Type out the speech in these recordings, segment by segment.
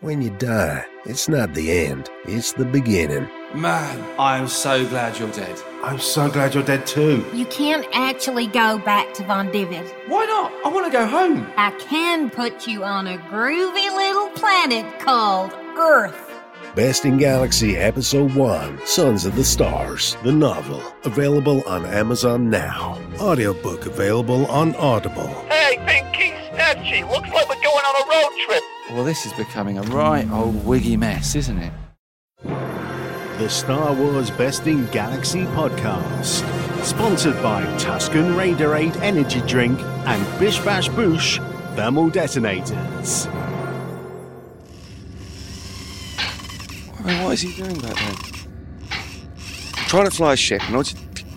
When you die, it's not the end, it's the beginning. Man, I'm so glad you're dead. I'm so glad you're dead too. You can't actually go back to Von Divid. Why not? I want to go home. I can put you on a groovy little planet called Earth. Best in Galaxy Episode 1 Sons of the Stars, the novel, available on Amazon now. Audiobook available on Audible. Hey, Pinky Snatchy, looks like we're going on a road trip. Well, this is becoming a right old wiggy mess, isn't it? The Star Wars Best in Galaxy podcast. Sponsored by Tuscan Raiderade Energy Drink and Bish Bash Boosh Thermal Detonators. I mean, what is he doing back there? Trying to fly a ship, and I was-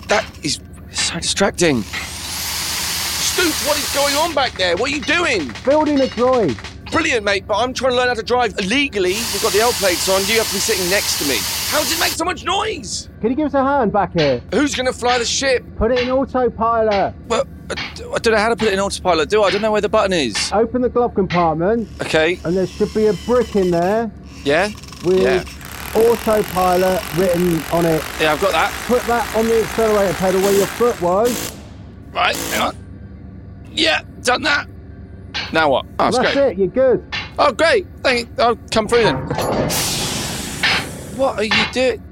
that is so distracting. Stoop, what is going on back there? What are you doing? Building a droid. Brilliant, mate, but I'm trying to learn how to drive legally. We've got the L plates on. You have to be sitting next to me. How does it make so much noise? Can you give us a hand back here? Who's going to fly the ship? Put it in autopilot. Well, I d- I don't know how to put it in autopilot, do I? I don't know where the button is. Open the glove compartment, Okay, and there should be a brick in there yeah? with Yeah. autopilot written on it. Yeah, I've got that. Put that on the accelerator pedal where your foot was. Right, hang on. Yeah, done that. Now what? Oh, it's That's great. it. You're good. Oh, great. Thank you. I'll come through then. What are you doing?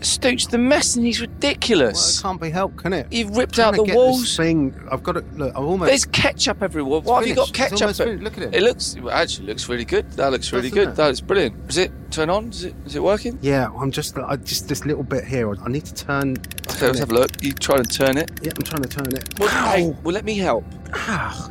Stooge, the mess in he's ridiculous. can't be helped, can it? You've ripped out Trying to the get walls. This thing, I've got it. Look, I've almost. There's ketchup everywhere. Why have you got finished. It's ketchup? almost finished. Look at it. It looks it actually looks really good. That looks really Doesn't good. it? That looks brilliant. Is it turn on? Is it is it working? yeah, I'm just, I just this little bit here. I need to turn. Okay, let's have a look. You try and turn it. Yeah, I'm trying to turn it. Well, hey, well let me help.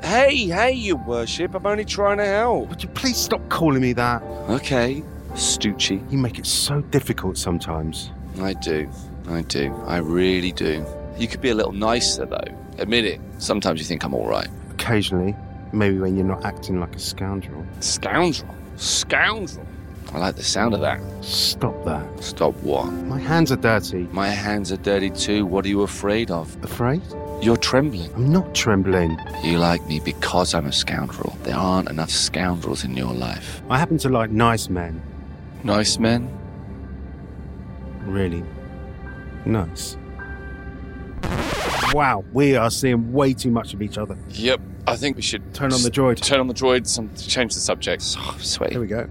Hey, hey, you worship. I'm only trying to help. Ah, Would you please stop calling me that? Okay, Stoochie. You make it so difficult sometimes. I do. I do. I really do. You could be a little nicer, though. Admit it. Sometimes you think I'm all right. Occasionally, maybe when you're not acting like a scoundrel. Scoundrel. Scoundrel. I like the sound of that. Stop that. Stop what? My hands are dirty. My hands are dirty too. What are you afraid of? Afraid? You're trembling. I'm not trembling. You like me because I'm a scoundrel. There aren't enough scoundrels in your life. I happen to like nice men. Nice men? Really nice. Wow, we are seeing way too much of each other. Yep. I think we should Turn on the droid. turn on the droids and change the subject. Oh, There we go.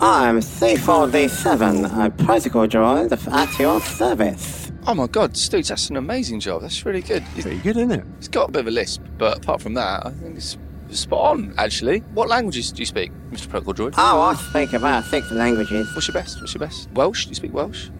I'm C4D7, a particle droid at your service. Oh my God, Stu, that's an amazing job. That's really good. Pretty good, isn't it? It's got a bit of a lisp, but apart from that, I think it's spot on, actually. What languages do you speak, Mr. Protocol Droid? Oh, I speak about six languages. What's your best? What's your best? Welsh? Do you speak Welsh?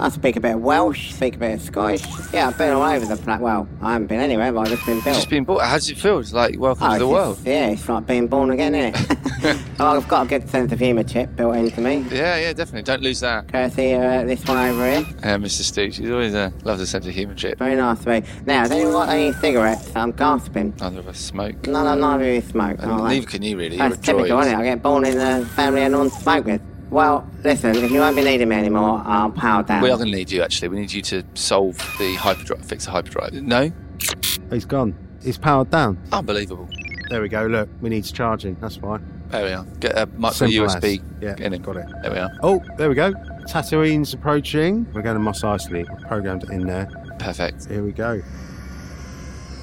I speak a bit of Welsh, speak a bit of Scottish. Yeah, I've been all over the place. Well, I haven't been anywhere, but I've just been built. Oh, Just being born. How does it feel? It's like welcome to the Ah, it's world. just- yeah, it's like being born again, isn't it? oh, I've got a good sense of humour chip built into me. Yeah, yeah, definitely. Don't lose that. Courtesy uh, this one over here. Yeah, Mr. Stooge, he's always uh, loves a sense of humour chip. Very nice way. Now, has anyone got any cigarettes? I'm gasping. Neither of us smoke. None, no, neither of you smoke. And Oh, neither can you really. You're a That's typical, isn't it? droid. I get born in a family I don't smoke with. Well, listen, if you won't be needing me anymore, I'll power down. We are going to need you, actually. We need you to solve the hyperdrive, fix the hyperdrive. No? He's gone. He's powered down. Unbelievable. There we go. Look, we need charging. That's why. There we are. Get a micro Simple as. USB Yeah, in it. got it. There we are. Oh, there we go. Tatooine's approaching. We're going to Moss Eisley. We've Programmed it in there. Perfect. Here we go.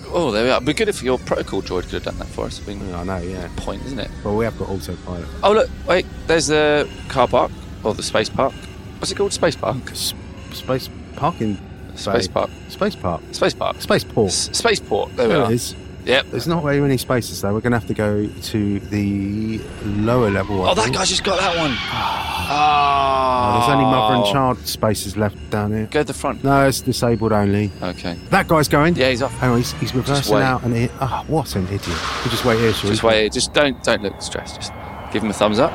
Oh, there we are. It'd be good if your protocol droid could have done that for us. It'd been Yeah, Oh, I know, yeah. point, isn't it? Well, we have got autopilot. Oh look, wait, there's the car park or the space park. What's it called? Space park. S- space parking. Space bay. park. Space park. Space park. Spaceport. S- Spaceport. There we There are. it is. Yep. There's not very many spaces though. We're going to have to go to the lower level. I Oh, that think. guy's just got that one. Oh, Oh, there's only mother and child spaces left down here. Go to the front. No, it's disabled only. Okay. That guy's going. Yeah, he's off. Hang on, Oh, he's, he's reversing wait. out and he, oh, what an idiot. We'll just wait here, shall Just we? wait. here. Just don't don't look stressed. Just give him a thumbs up.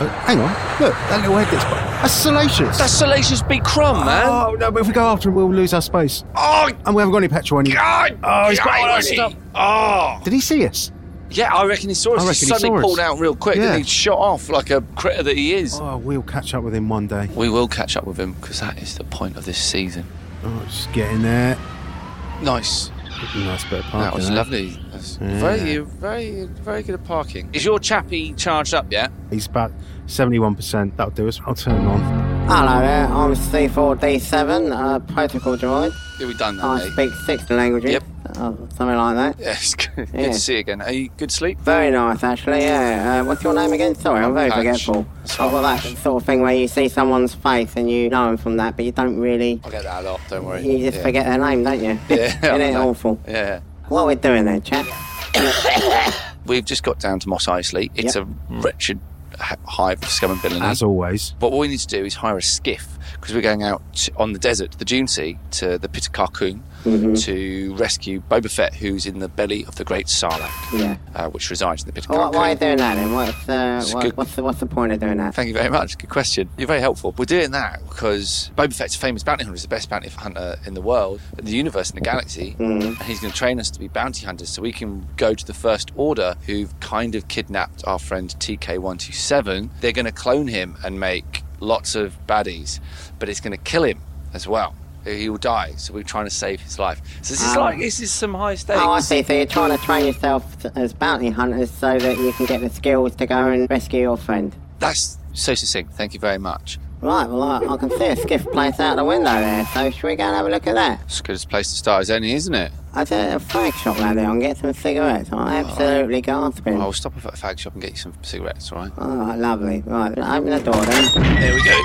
Oh, hang on. Look, that little head gets. That's salacious. That's salacious B crumb, man. Oh, no, but if we go after him, we'll lose our space. Oh And we haven't got any petrol anymore. God. Oh, he's got all that Crikey. stuff. Oh. Did he see us? Yeah, I reckon he saw us. I He reckon he suddenly saw us. pulled out real quick Yeah. and he shot off like a critter that he is. Oh, we'll catch up with him one day. We will catch up with him because that is the point of this season. Oh, just get in there. Nice. Nice bit of parking. That was there. lovely. That's Yeah. Very, very, very good at parking. Is your chappie charged up yet? He's about 71%. That'll do us. I'll turn him on. Hello there, I'm C4D7, uh, protocol droid. Yeah, we've done that, I mate. speak six languages. Yep. Uh, something like that. Yes, good Yeah. to see you again. Are you good sleep? Very nice, actually. Yeah. Uh, what's your name again? Sorry, I'm very Patch. forgetful. I've That's got that alright. sort of thing where you see someone's face and you know them from that, but you don't really. I get that a lot, don't worry. You just yeah. forget their name, don't you? Yeah, I Isn't it know. awful? Yeah. What are we doing there, chap? We've just got down to Moss Isley. It's Yep. a wretched h- hive of scum and villainy. As always. But what we need to do is hire a skiff because we're going out to- on the desert, to the Dune Sea, to the Pit of Carcoon Mm-hmm. to rescue Boba Fett, who's in the belly of the Great Sarlacc, Yeah. uh, which resides in the Pit of Well, Carcoon. what, Oh, why are you doing that then? What's, uh, It's a what, good- what's, the, what's the point of doing that? Thank you very much. Good question. You're very helpful. We're doing that because Boba Fett's a famous bounty hunter. He's the best bounty hunter in the world, in the universe, in the galaxy. And Mm-hmm. he's going to train us to be bounty hunters so we can go to the First Order, who've kind of kidnapped our friend TK127. They're going to clone him and make lots of baddies, but it's going to kill him as well. He will die. So we're trying to save his life. So this is Ah. like, this is some high stakes. Oh, I see. So you're trying to train yourself t- as bounty hunters so that you can get the skills to go and rescue your friend. That's so succinct. Thank you very much. Right, well, I, I can see a skiff place out the window there, so should we go and have a look at that? It's the goodest place to start is only, isn't it? I said a flag shop round there and get some cigarettes. I'm absolutely gasping. I'll stop off at a fag shop and get you some cigarettes, all right? All right, lovely. Right, open the door then. Oh. There we go.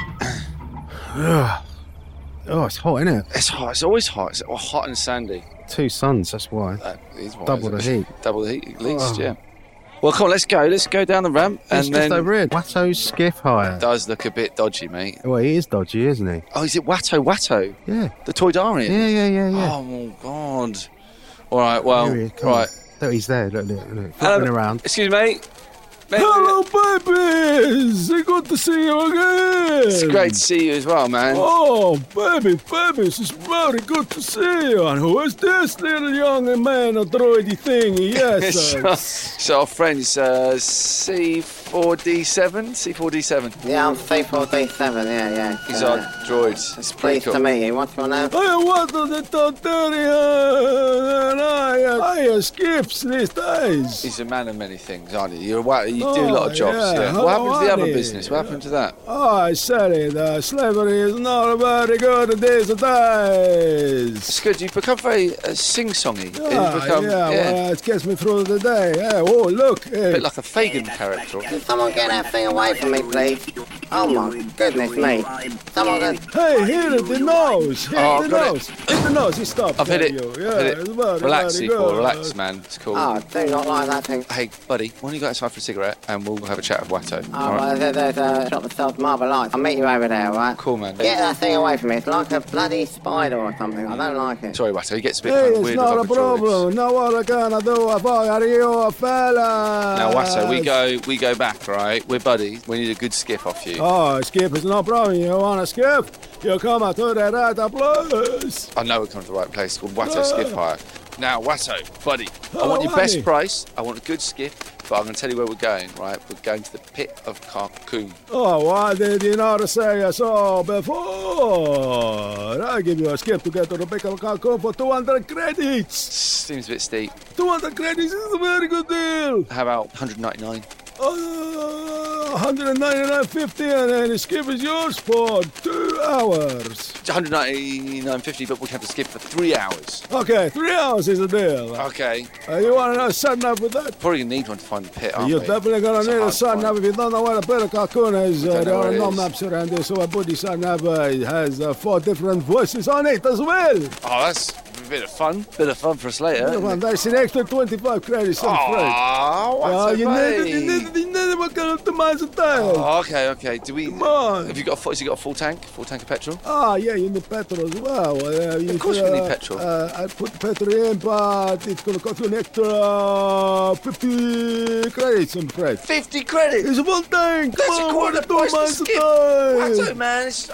Oh, it's hot, isn't it? It's hot. It's always hot. It's well, hot and sandy. Uh, Two suns, that's why. That is why, Double isn't the it? heat. Double the heat, at least, Oh. yeah. Well, come on, let's go. Let's go down the ramp. It's and just then over here. Watto's skiff hire. does look a bit dodgy, mate. Well, he is dodgy, isn't he? Oh, is it Watto Watto? Yeah. The Toydarian? Yeah, yeah, yeah, yeah. Oh, my God. All right, well, Here he is, come on. right. Look, he's there. Look, look, look. Hello. Flipping around. Excuse me. mate. Mate, babies! Good to see you again! It's great to see you as well, man. Oh, baby, babies, it's very good to see you. And who is this little young man, a droidy thing? Oh, Yes, so, so our friends, uh, C4D7? C4D7. Yeah, I'm C4D7, yeah, yeah. These Uh, are droids. It's pretty Pleased cool. to meet you. What's your name? I was the Tartarian, and I, I skip these days. He's a man of many things, aren't he? You're wa- you do a lot of jobs. Oh, yeah. Yeah. What happened Hello, to the other Andy. business? What happened to that? I said it, uh, slavery is not very good these days. It's good. You've become very uh, sing-songy. Ah, You've become yeah, yeah, Well, it gets me through the day. Yeah, oh, look. a eh. bit like a Fagin character. Can someone get that thing away from me, please? Oh my goodness me. Someone go... Hey, hit it, the nose! Hit Oh, the I've got it. nose! Hit the nose! He stopped. I've hit there it. you. I've Yeah, hit it's it. very, Relax, very equal. good. Relax, man. It's cool. Oh, I do not like that thing. Hey, buddy, why don't you go outside for a cigarette and we'll have a chat with Watto? Oh, All right. well, there- there's a shop that uh, sells marble lights. I'll meet you over there, all right? Cool, man. Get that thing away from me. It's like a bloody spider or something. I don't like it. Sorry, Watto. He gets a bit Hey, kind of it's weird not a with other droids. problem. Now what I gonna do if I are you a fella? Now, Watto, we go, we go back, all right? We're buddies. We need a good skip off you. Oh, skip is no problem. You wanna skip? You come to the right place. I know we're coming to the right place. It's called Watto Skiff Hire. Now, Watto, buddy, I want your Hello, best Andy. price. I want a good skiff, but I'm going to tell you where we're going, right? We're going to the pit of Carcoon. Oh, why did you not say so before? I give you a skip to get to the Pickle Cocoon for 200 credits. Seems a bit steep. 200 credits is a very good deal. How about 199? Uh, 199.50 and then the skip is yours for two hours. 199.50, but we have to skip for three hours. Okay, three hours is the deal. Okay. Uh, you want to setting up with that? Probably going to need one to find the pit, aren't You're we? definitely gonna It's a need a hard sun up find. if you don't know where the better cocoon is. don't Uh, know there where are it no is. maps around here, so I put the sun up. Uh, it has uh, four different voices on it as well. Oh, that's a bit of fun. Bit of fun for us later. isn't Well, it? that's an extra 25 credits. on credit. Oh, Uh, Watto, you need it, buddy. you need it, you need it. We're gonna optimize the time. Oh, okay, okay. Do we? Come on. Have you got? A, fu- has he got a full tank? Full tank of petrol? Ah, yeah, you need petrol as well. Uh, you course could, we need uh, petrol. Uh, I put petrol in, but it's going to cost you an extra 50 credits, I'm afraid. 50 credits. It's a full tank! That's Come a on, quarter we're gonna price do to miles skip. a time. Watto, man. It's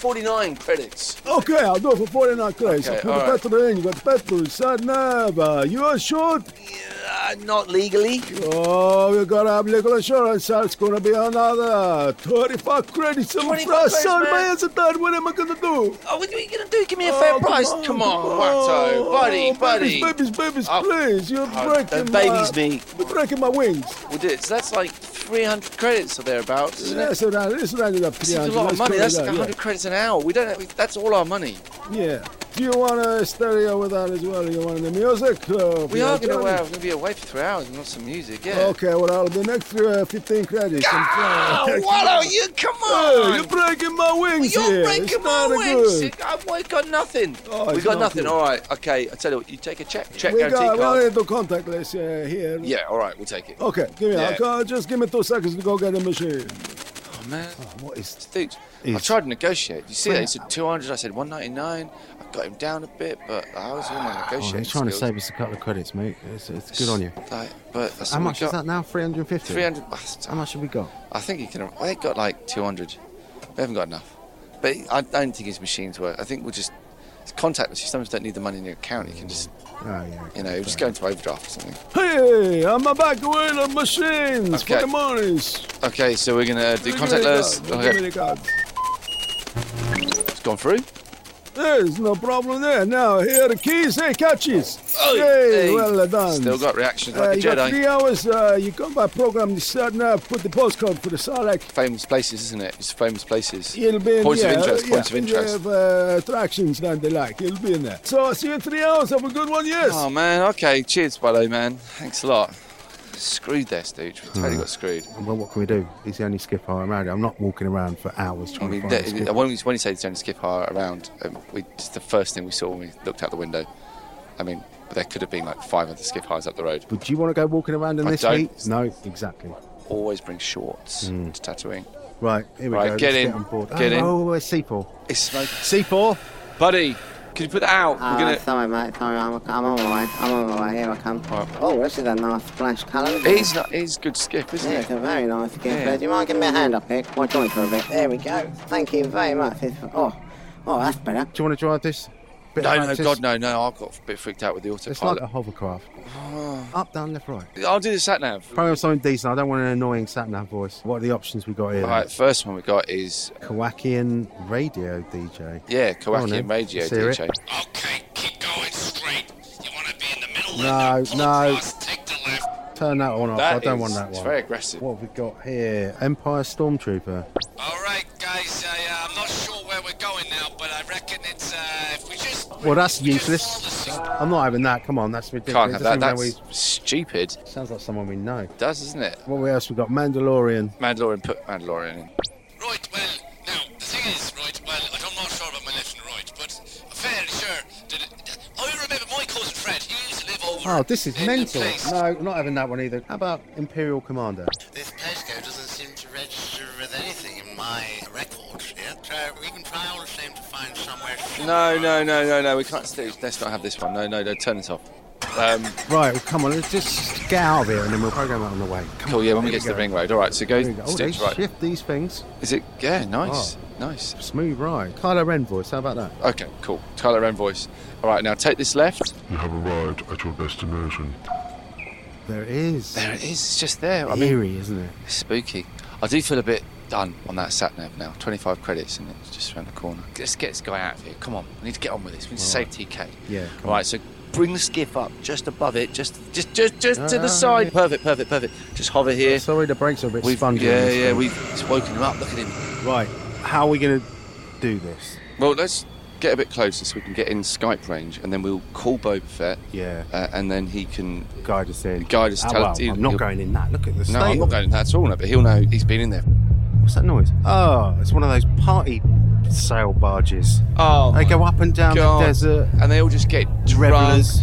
49 credits. Okay, I'll do it for 49 credits. Okay, I put all the right. petrol in, you got petrol, sad never. You are short? Yeah, not legally. Oh, you gotta have legal insurance, or it's gonna be another 25 credits. I'm 25 afraid, credits, son, my man. hands are tired. What am I gonna do? Oh, what are you going to do? Give me a fair price. Come on, Watto. oh, Buddy, oh, buddy. Babies, babies, babies, Oh. please. You're Oh, breaking don't my... babies me. You're breaking my wings. We'll do it. So that's like 300 credits or thereabouts, isn't it? Let's round, let's round it up. This is a 300. lot of Let's money. call it That's like that, 100 credits an hour. We don't. Have, that's all our money. yeah. yeah. Do you want a stereo with that as well? You want the music? Uh, We are going to. Uh, we're going to be away for three hours and not some music. Yeah. Okay, well, I'll be next uh, 15 credits. Ah, what are you? Come Oh, on. you're breaking my wings You're here. breaking it's my not wings. Good. I've we got nothing. Oh, we it's got not nothing. good. All right. Okay. I tell you what. You take a check. Check We guarantee got card. we need to contactless uh, here. Yeah. All right. We'll take it. Okay, give me Yeah. I'll go- just give me two seconds to go get a machine. Oh, man. What is? Dude, I It's- tried to negotiate. You see that? He said 200. I said 199. I got him down a bit, but I was in my Oh, negotiating he's trying to skills. save us a couple of credits, mate. It's, it's good on you. Like, but that's How all we much is got. that now? 350? 300. How much have we got? I think he can. well, They got like 200. We haven't got enough. But I don't think his machines work. I think we'll just it's contactless. You sometimes don't need the money in your account. You can just, Oh, yeah. you know, just go into overdraft or something. Hey, I'm back with the machines Okay. for the mornings. Okay, so we're gonna do Give me the contactless. card, Give Okay, me the card. it's gone through. There's no problem there. Now here are the keys. Hey, catches. Oh, hey, well done. Still got reactions Uh, like you the got Jedi. three hours. Uh, you come by program the start now. Put the postcode for the Sarlacc. Famous places, isn't it? It's famous places. It'll be in Points of yeah, interest, Yeah, points of interest. You have, uh, attractions and the like. It'll be in there. So I'll see you in three hours. Have a good one. Yes. Oh man, okay. Cheers, buddy, man. Thanks a lot. Screwed there, Stooge. We Hmm. totally got screwed. Well, what can we do? He's the only skipper I'm around. I'm not walking around for hours I trying mean, to find a that- skipper. when we when he said he's going to skip hire around, um, we it's the first thing we saw when we looked out the window. I mean, there could have been like five other skip hires up the road. Would you want to go walking around in I this don't. heat? No, exactly. Always bring shorts Hmm. to tattooing. Right, here we Right, go. get Let's in. Get on board. Get oh, in. Oh, where's C4? It's smoke, C4? buddy. Can you put that out? Oh, We're gonna. sorry, mate. Sorry, I'm, I'm on my way. I'm on my way. Here I come. Right. Oh, this is a nice flash colour. isn't it? He's not. He's good skip, isn't Yeah, he? it's a very nice gift. Yeah. Uh, Do you mind giving me a hand up here? I'll join for a bit. There we go. Thank you very much. It's, oh, oh, that's better. Do you want to drive this? Bit No, of no, practice? God, no, no. I got a bit freaked out with the It's like autopilot. a hovercraft. Up, down, left, right. I'll do the sat nav. Program something decent. I don't want an annoying sat nav voice. What are the options we got here? All right, first one we got is Kowakian radio DJ. yeah, Go on then. Kowakian radio Let's hear it. DJ. Okay, keep going straight. You want to be in the middle No, of the no. Take the left. Turn that one off. Oh, I That don't is- want that one. it's very aggressive. What have we got here? Empire Stormtrooper. All right, guys. I, uh, I'm not sure where we're going now, but I reckon it's uh, if we just. Well, that's if we just useless. follow I'm not having that. Come on, that's Can't ridiculous. have Doesn't that. even know That's stupid. we- Sounds like someone we know. Does isn't it? What else we got? Mandalorian. Mandalorian put Mandalorian in. the- Right. Well, now the thing is, right. Well, I'm not sure about my left and right, but I'm fairly sure that. It, I remember my cousin Fred. He used to live over. Oh, this is in a mental. place- No, not having that one either. How about Imperial Commander? This postcode doesn't seem to register with anything in my records here, so we can try all the same to find somewhere. No, no, no, no, no. We can't stay. Let's not have this one. No, no, no. Turn this off. Um, Right, well, come on, let's just get out of here and then we'll program it on the way. Come cool. on, Yeah, when we here get to the go. ring road. All right. So go. Here we go. Oh, they Stitch, right. shift these things. Is it? Yeah. Nice. Nice. Smooth ride. Kylo Ren voice. How about that? Okay. Cool. Kylo Ren voice. All right. Now take this left. You have arrived at your destination. There it is. There it is. It's just there. I mean, Eerie, isn't it? it's spooky. I do feel a bit done on that sat nav now. 25 credits and it's just around the corner. Let's get this guy out of here. Come on. We need to get on with this. We need to save TK. Yeah, come All right. So bring the skiff up just above it. Just, just, just, just to Ah, the side. yeah. Perfect. Perfect. Perfect. Just hover here. Sorry, the brakes are a bit We've, spongy. on yeah, this yeah, thing. we've it's woken him up. Look at him. Right, how are we going to do this? Well, let's get a bit closer so we can get in Skype range, and then we'll call Boba Fett, Yeah, uh, and then he can. guide us in. Guide us, Ah, tell well, us- he'll- I'm not he'll- going in that. Look at the state. No, I'm not of going in that at all. No, but he'll know he's been in there. it. What's that noise? Oh, it's one of those party sail barges. Oh, They go up and down God. the desert. and they all just get drunk. Revelers.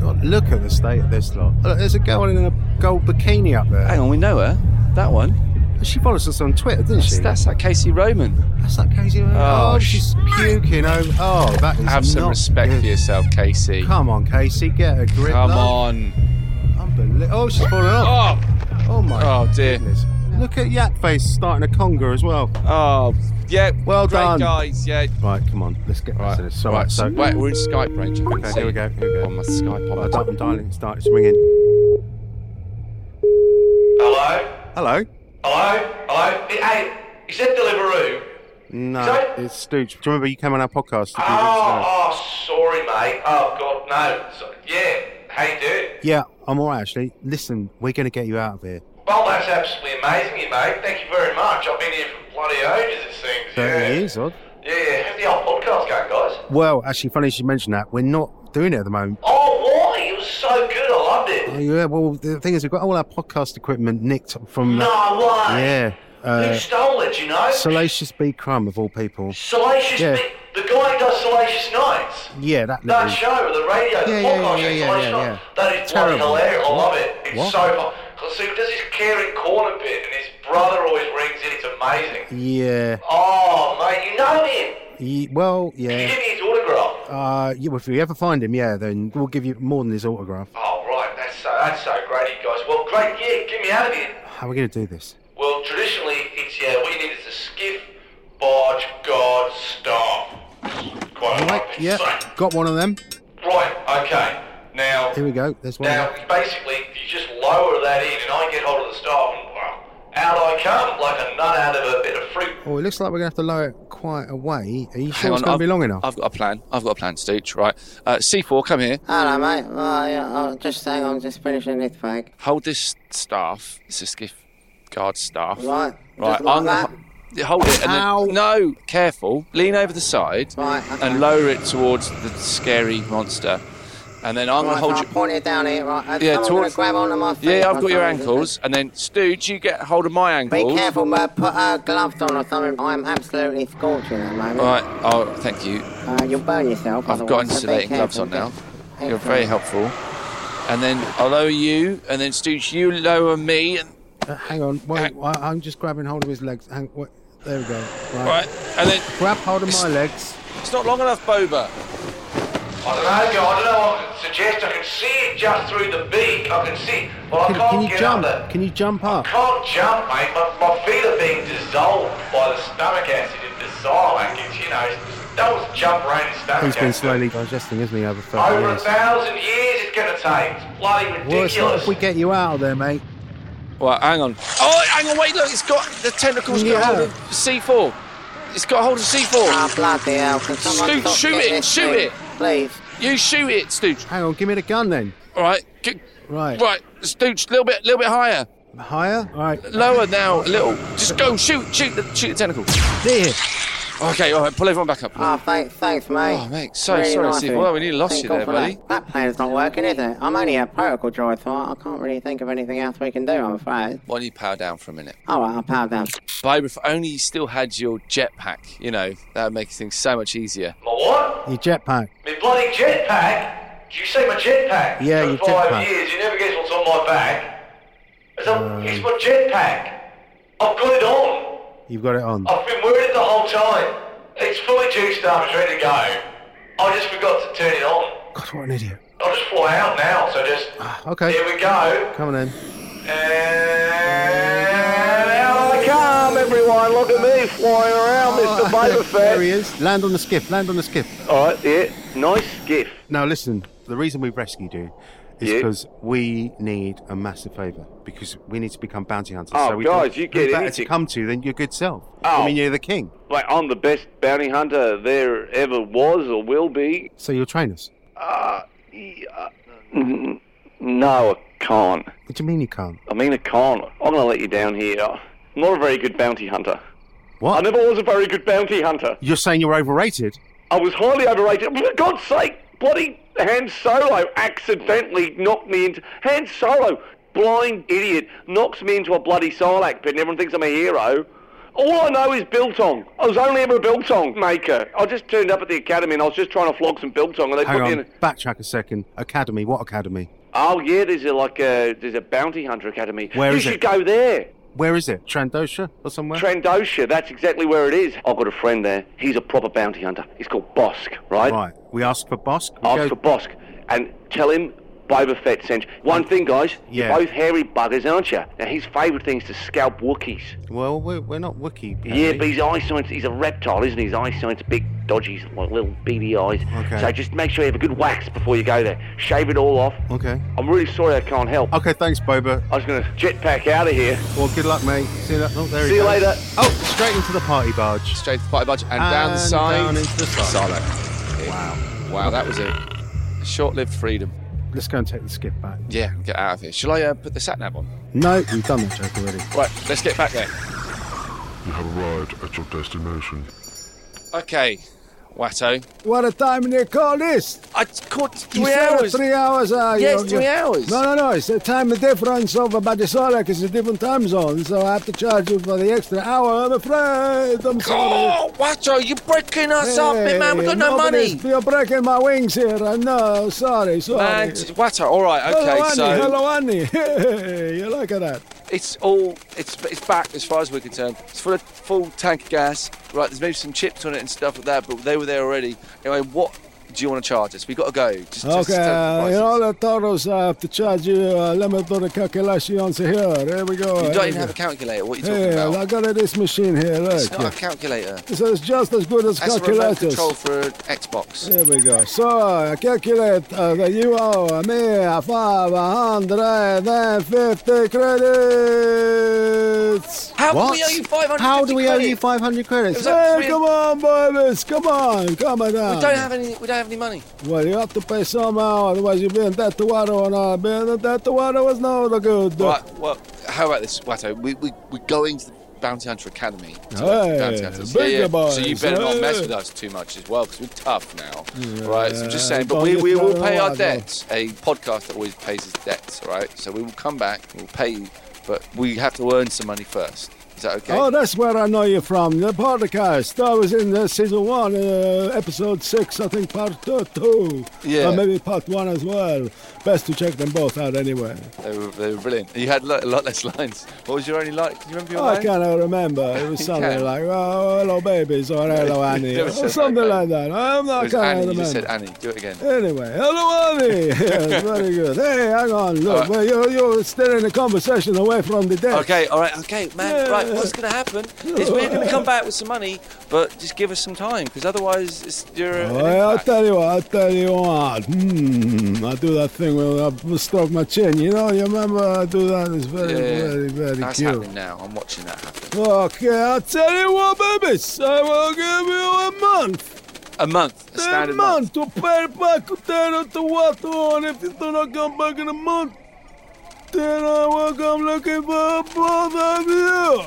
God, look at the state of this lot. Look, there's a girl in a gold bikini up there. Hang on, we know her. That one. She follows us on Twitter, doesn't That's, she? that's that Casey Roman. That's that crazy. Oh, Oh, sh- she's puking. over. Oh, that is Have some not respect good. for yourself, Casey. Come on, Casey, get a grip. Come love. on. Unbelievable. Oh, she's falling off. Oh, Oh, my Oh, dear. goodness. Look at Yak Face starting a conga as well. Oh, yeah. Well Great done. guys, yeah. Right, come on, let's get back to this. So, Right, right, so so wait, we're in Skype range. I can Okay, see here we it. go. Here we go. On my Skype, on my Right, top. I'm dialing. It's starting to ring in. Hello? Hello. Hello? Hello? Hey, is that Deliveroo? No, Sorry? it's Stooge. Do you remember you came on our podcast? a few Oh, weeks ago? oh, sorry, mate. Oh, God, no. So, yeah. Hey, dude. Yeah, I'm all right actually. Listen, we're going to get you out of here. Well, that's absolutely amazing, you mate. Thank you very much. I've been here for bloody ages, it seems. Thirty years, odd. Yeah, how's the old podcast going, guys? Well, actually, funny you should mention that. We're not doing it at the moment. Oh, why? It was so good. I loved it. Oh, yeah. Well, the thing is, we've got all our podcast equipment nicked from. No way. Yeah. Who Uh, stole it, you know? Salacious B. Crumb of all people. Salacious Yeah. Nick- The guy who does Salacious Nights. Yeah, that. That little- show, the radio, the Yeah, yeah, podcast, yeah, yeah, Salacious yeah, Nights. yeah. That is bloody Terrible. hilarious. I What? love it. It's What? so fun. Because he does his caring corner bit and his brother always rings in. It's amazing. Yeah. Oh, mate, you know him. Ye- well, Give yeah. me his autograph. Uh, yeah, well, if we ever find him, yeah, then we'll give you more than his autograph. Oh, right. That's so, that's so great, you guys. Well, great. Yeah, get me out of here. How are we going to do this? Well, traditionally, it's, yeah, what you need is a skiff, barge, guard, staff. Quite a Right, lot. yeah, got one of them. Right, okay. Now, Here we go. There's one. Now, basically, you just lower that in, and I get hold of the staff, and well, out I come like a nut out of a bit of fruit. Oh, it looks like we're going to have to lower it quite a way. Are Hang you sure it's on, going I've- to be long enough? I've got a plan. I've got a plan, Stooge. Right. Uh, C4, come here. Hello, mate. Oh, yeah, I'll just hang on, just finishing this bag. Hold this staff. It's a skiff guard staff. Right. Right. Just like I'm gonna ho- hold it. And then, no, careful. Lean over the side and lower it towards the scary monster. And then I'm Right, gonna hold so you. I point it down here, right? and Yeah, someone's towards- gonna grab onto my feet. Yeah, I've or got your something. ankles. And then, Stooge, you get hold of my Be ankles. careful, mate. Put uh, gloves on or something. I'm absolutely scorching at the moment. Right. Oh, thank you. Uh, you'll burn yourself. I've got otherwise, so be insulating gloves careful, on now. just- You're very helpful. And then I'll lower you, and then Stooge, you lower me, and Uh, hang on. Wait, I, I'm just grabbing hold of his legs. Hang. Wait, there we go. Right. Right, and then grab hold of my legs. it's not long enough, Boba. I don't know, guy. I don't know what I can suggest. I can see it just through the beak. I can see, but I Can, can't can you get jump? up there. Can you jump up? Can't jump, mate. My, my feet are being dissolved by the stomach acid in the silence. You know, that was jump around the stomach He's been acid. slowly digesting, isn't he, over 30 Over a years? thousand years it's going to take. It's bloody Well, it's not ridiculous. if we get you out of there, mate. Well, hang on. Oh, hang on, wait, look, it's got the tentacles got hold of C4. It's got hold of C4. Ah, bloody hell. Can someone Stooge, stop shoot getting it, this shoot thing? it. Please. You shoot it, Stooge. Hang on, give me the gun then. All right, g- Right. right, Stooge, a little bit, little bit higher. Higher? All right. Lower now, a little. Just go, shoot, shoot the, shoot the tentacle. There. Okay, all right, pull everyone back up. Oh, thanks, thanks, mate. Oh, mate, so Really sorry, nice Steve. of you. Well, we nearly lost Thank you God there, for buddy. That. that plan's not working, is it? I'm only a protocol droid, so I can't really think of anything else we can do, I'm afraid. Why don't you power down for a minute? All right, I'll power down. Boba, if only you still had your jetpack, you know, that would make things so much easier. what? Your jetpack. My bloody jetpack? Do you see my jetpack? Yeah, For your five jetpack. years, you never guess what's on my back. It's, a, Uh, it's my jetpack. I've got it on. You've got it on. I've been wearing it the whole time. It's fully juiced up, it's ready to go. I just forgot to turn it on. God, what an idiot. Ah, I'll just fly out now, so just. Okay. Here we go. Come on in. Now I come, everyone. Look at me flying around, Mr. Boba Oh. There Fett. he is. Land on the skiff. Land on the skiff. All right, yeah. Nice skiff. Now, listen, the reason we rescued you is Yeah. because we need a massive favour because we need to become bounty hunters. Oh, so we guys, thought you who get better anything. to come to than your good self. Oh. I mean, you're the king, Like, I'm the best bounty hunter there ever was or will be. so you'll train us. N- No, I can't. What do you mean you can't? I mean, I can't. I'm going to let you down here. I'm not a very good bounty hunter. What? I never was a very good bounty hunter. You're saying you're overrated? I was highly overrated. For God's sake, bloody Han Solo accidentally knocked me into. Han Solo, blind idiot, knocks me into a bloody Sarlacc pit and everyone thinks I'm a hero. All I know is Biltong. I was only ever a Biltong maker. I just turned up at the academy and I was just trying to flog some Biltong and they Hang put me on, in. backtrack a second. Academy, what academy? Oh yeah, there's a like a there's a bounty hunter academy. Where you is should it? go there. Where is it? Trandosha or somewhere? Trandosha, that's exactly where it is. I've got a friend there. He's a proper bounty hunter. He's called Bosk, right? right. We ask for Bosk. We Ask go- for Bosk and tell him Boba Fett sent. One thing, guys, Yeah. you're both hairy buggers, aren't you? Now, his favourite thing is to scalp Wookiees. Well, we're, we're not Wookiee. Yeah, but his eyesight's, he's a reptile, isn't he? His eyesight's big, dodgy, like little beady eyes. Okay. So just make sure you have a good wax before you go there. Shave it all off. Okay. I'm really sorry I can't help. Okay, thanks, Boba. I was going to jetpack out of here. Well, good luck, mate. See you, la- oh, there he See you goes. later. Oh, straight into the party barge. Straight to the party barge and, down the And side. down into the side. Sarlacc. Yeah. Wow. Wow, that was a short-lived freedom. Let's go and take the skip back. Yeah, get out of here. Shall I uh, put the sat nav on? No, you've done that joke already. Right, let's get back there. You have arrived at your destination. Okay, Watto. What a time do you call this? I caught You three said hours. Three hours. Uh, Yes, you- three you- hours. No, no, no. It's the time difference over by the solar because it's a different time zone. So I have to charge you for the extra hour. I'm afraid. I'm sorry. Oh, Watto, you're breaking us up, Hey, man. We've got no nobody's- money. You're breaking my wings here. I know. Sorry, sorry. Man, Watto, all right, okay, hello, Annie. so Hello, Annie. Hey, you like that? it's all it's it's back as far as we're concerned. It's full of full tank of gas. Right, there's maybe some chips on it and stuff like that, but they were there already. Anyway, what do you want to charge us? We got to go. Just, just Okay, tell the uh, in prices. all the toros, I have to charge you. Uh, let me do the calculations here. Here we go. You don't here we even go. have a calculator. What are you talking Hey, about? uh, I got uh, this machine here. Look. it's not a calculator. This is just as good as That's a remote calculators. control for an Xbox. Here we go. So, I calculate uh, that you owe me 550 credits. How do we owe you 550 How do we owe you credits? 500 credits? It was like Hey, three- come on, babies. Come on. Come on down. We don't have any. We don't have any money. Well, you have to pay somehow, otherwise you'll be in that water or not. Being in that water was no good. Right. Well, how about this, Watto? We we we're going to the Bounty Hunter Academy. to learn Hey, Bounty Hunters. bigger So you boys, better not mess hey. with us too much as well, because we're tough now. right. So I'm just saying, but don't we, get we will thrown pay our out, though. debts. A podcast that always pays its debts. All right. So we will come back. We'll pay you, but we have to earn some money first. Is that okay? Oh, that's where I know you from. The podcast. I was in uh, season one, uh, episode six, I think, part two, two. Yeah. Or maybe part one as well. Best to check them both out anyway. They were, they were brilliant. You had lo- a lot less lines. What was your only line? Can you remember your I line? can't remember. It was You something can. like, oh, hello, babies, or hello, Annie, Never or said that, something mate. like that. I'm It not was going Annie. to You remember. just said Annie. Do it again. Anyway, hello, Annie. yes, very good. Hey, hang on. Look, All well, you're, you're steering the conversation away from the desk. Uh, Okay, all right, okay, man. Yeah. Right, what's going to happen is we're going to come back with some money, but just give us some time, because otherwise, it's, you're. an Well, I'll impact. tell you what, I'll tell you what. Hmm, I do that thing where I stroke my chin, you know, you remember I do that? It's very, very, very That's cute. happening now. I'm watching that happen. Okay, I'll tell you what, babies, I will give you a month. A month, a A standard month. month to pay back down to what on. If you do not come back in a month, then I will come looking for both of you.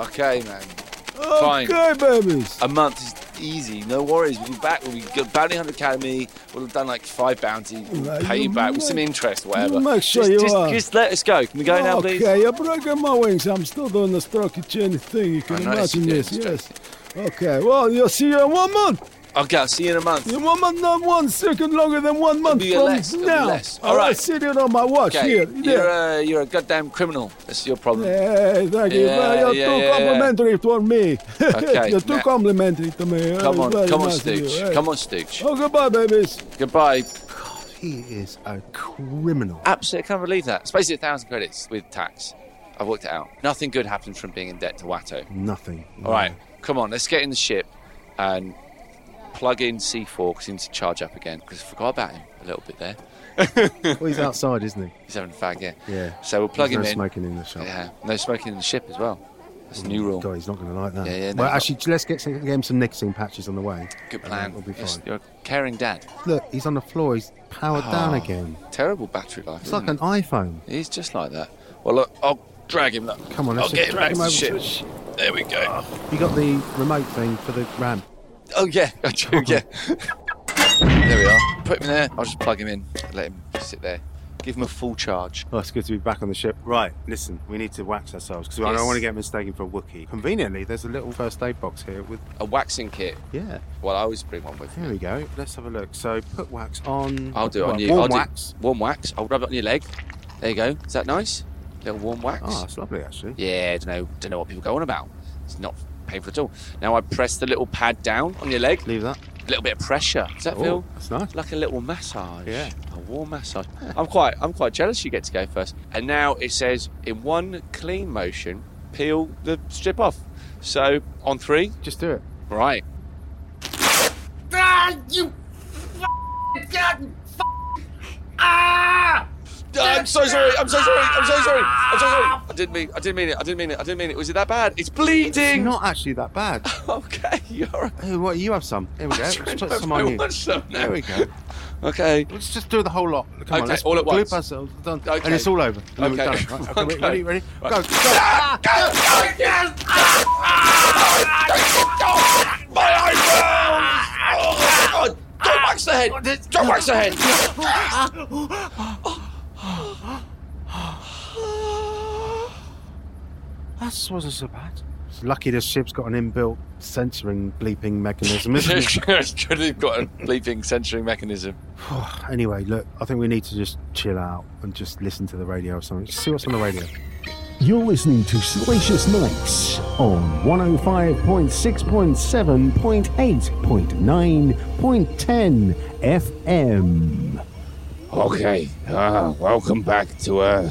Okay, man. Fine. Okay, babies. A month is easy. No worries. We'll be back. We'll be good. Bounty Hunter Academy. We'll have done like five bounties. We'll Right, pay you you back with make- some interest, whatever. make sure just, you just, are. just let us go. Can we go now, please? Okay, you're breaking my wings. I'm still doing the stroke chin thing. You can I noticed you imagine did, this, stroke yes. Okay, well, you'll see you in one month. Okay, I'll see you in a month. In one month, not one second longer than one month be from less, it'll be now. less. All All right, right. sit it on my watch Okay. here. You're, uh, there. a, you're a goddamn criminal. That's your problem. Hey, thank you. Yeah, Well, you're yeah, too yeah, yeah. complimentary toward me. Okay, you're too now- complimentary to me. Come on, Very come on, nice of you. Stooge. Hey. Come on, Stooge. Oh, goodbye, babies. Goodbye. He is a criminal. Absolutely can't believe that. It's basically a thousand credits with tax. I've worked it out. Nothing good happens from being in debt to Watto. Mm. Nothing. All right, come on, let's get in the ship and plug in C4 because he needs to charge up again because I forgot about him a little bit there. Well, he's outside, isn't He's having a fag, yeah. he? Yeah. So we'll plug There's him no in. smoking Mm, in the shop. Yeah, no smoking in the ship as well. That's a new rule. God, he's not going to like that. Yeah, yeah, no, well, not- actually, let's get, some, get him some nicotine patches on the way. Good and plan. We'll be fine. Yes, You're a caring dad. Look, he's on the floor. He's powered down Oh, again. Terrible battery life. It's isn't like an iPhone. it? He's just like that. Well, look, I'll drag him. Look. Come on, I'll let's get just him drag back him to the over to the ship. There we go. You got the remote thing for the ramp. Oh yeah, I do. Yeah. there we are. Put him in there. I'll just plug him in. Let him sit there. Give him a full charge. Oh, it's good to be back on the ship. Right, listen, we need to wax ourselves because I Yes. don't want to get mistaken for a Wookiee. Conveniently, there's a little first aid box here with. A waxing kit. Yeah, Well, I always bring one with here me. we go. Let's have a look. So put wax on. I'll do it well, on you. Warm I'll wax. Do warm wax. I'll rub it on your leg. There you go. Is that nice? Little warm wax. Ah. Oh, that's lovely actually. Yeah. Don't know. Don't know what people go on about. It's not painful at all. Now I press the little pad down on your leg. Leave that. A little bit of pressure. Does that Oh, feel? that's nice. Like a little massage. Yeah. A warm massage. I'm quite, I'm quite jealous you get to go first. And now it says in one clean motion, peel the strip off. So on three. Just do it. Right. Ah, you f- God, f- ah! Uh, I'm so sorry. I'm so sorry. I'm so sorry. I'm so sorry. I didn't mean. I didn't mean it. I didn't mean it. I didn't mean it. Was it that bad? It's bleeding. It's not actually that bad. okay, you're What, you have some. Here we go. I Let's don't put know some if I on you. want some now. There we go. Okay. Let's just do the whole lot. Come Okay, on, let's all at group once. ourselves. Done. Okay. And it's all over. And we've Okay. done it, right? Okay, Okay. Ready, ready? Right. Go, go. Ah, go, go, yes! Ah, ah, ah, My eyebrows! Oh, God! Don't wax the head! Don't wax the head! That wasn't so bad. Lucky this ship's got an inbuilt censoring bleeping mechanism, isn't it? Should have got a bleeping censoring mechanism. anyway, look, I think we need to just chill out and just listen to the radio or something. Just see what's on the radio. You're listening to Salacious Nights on 105.6.7.8.9.10 FM. Okay, uh, welcome back to uh,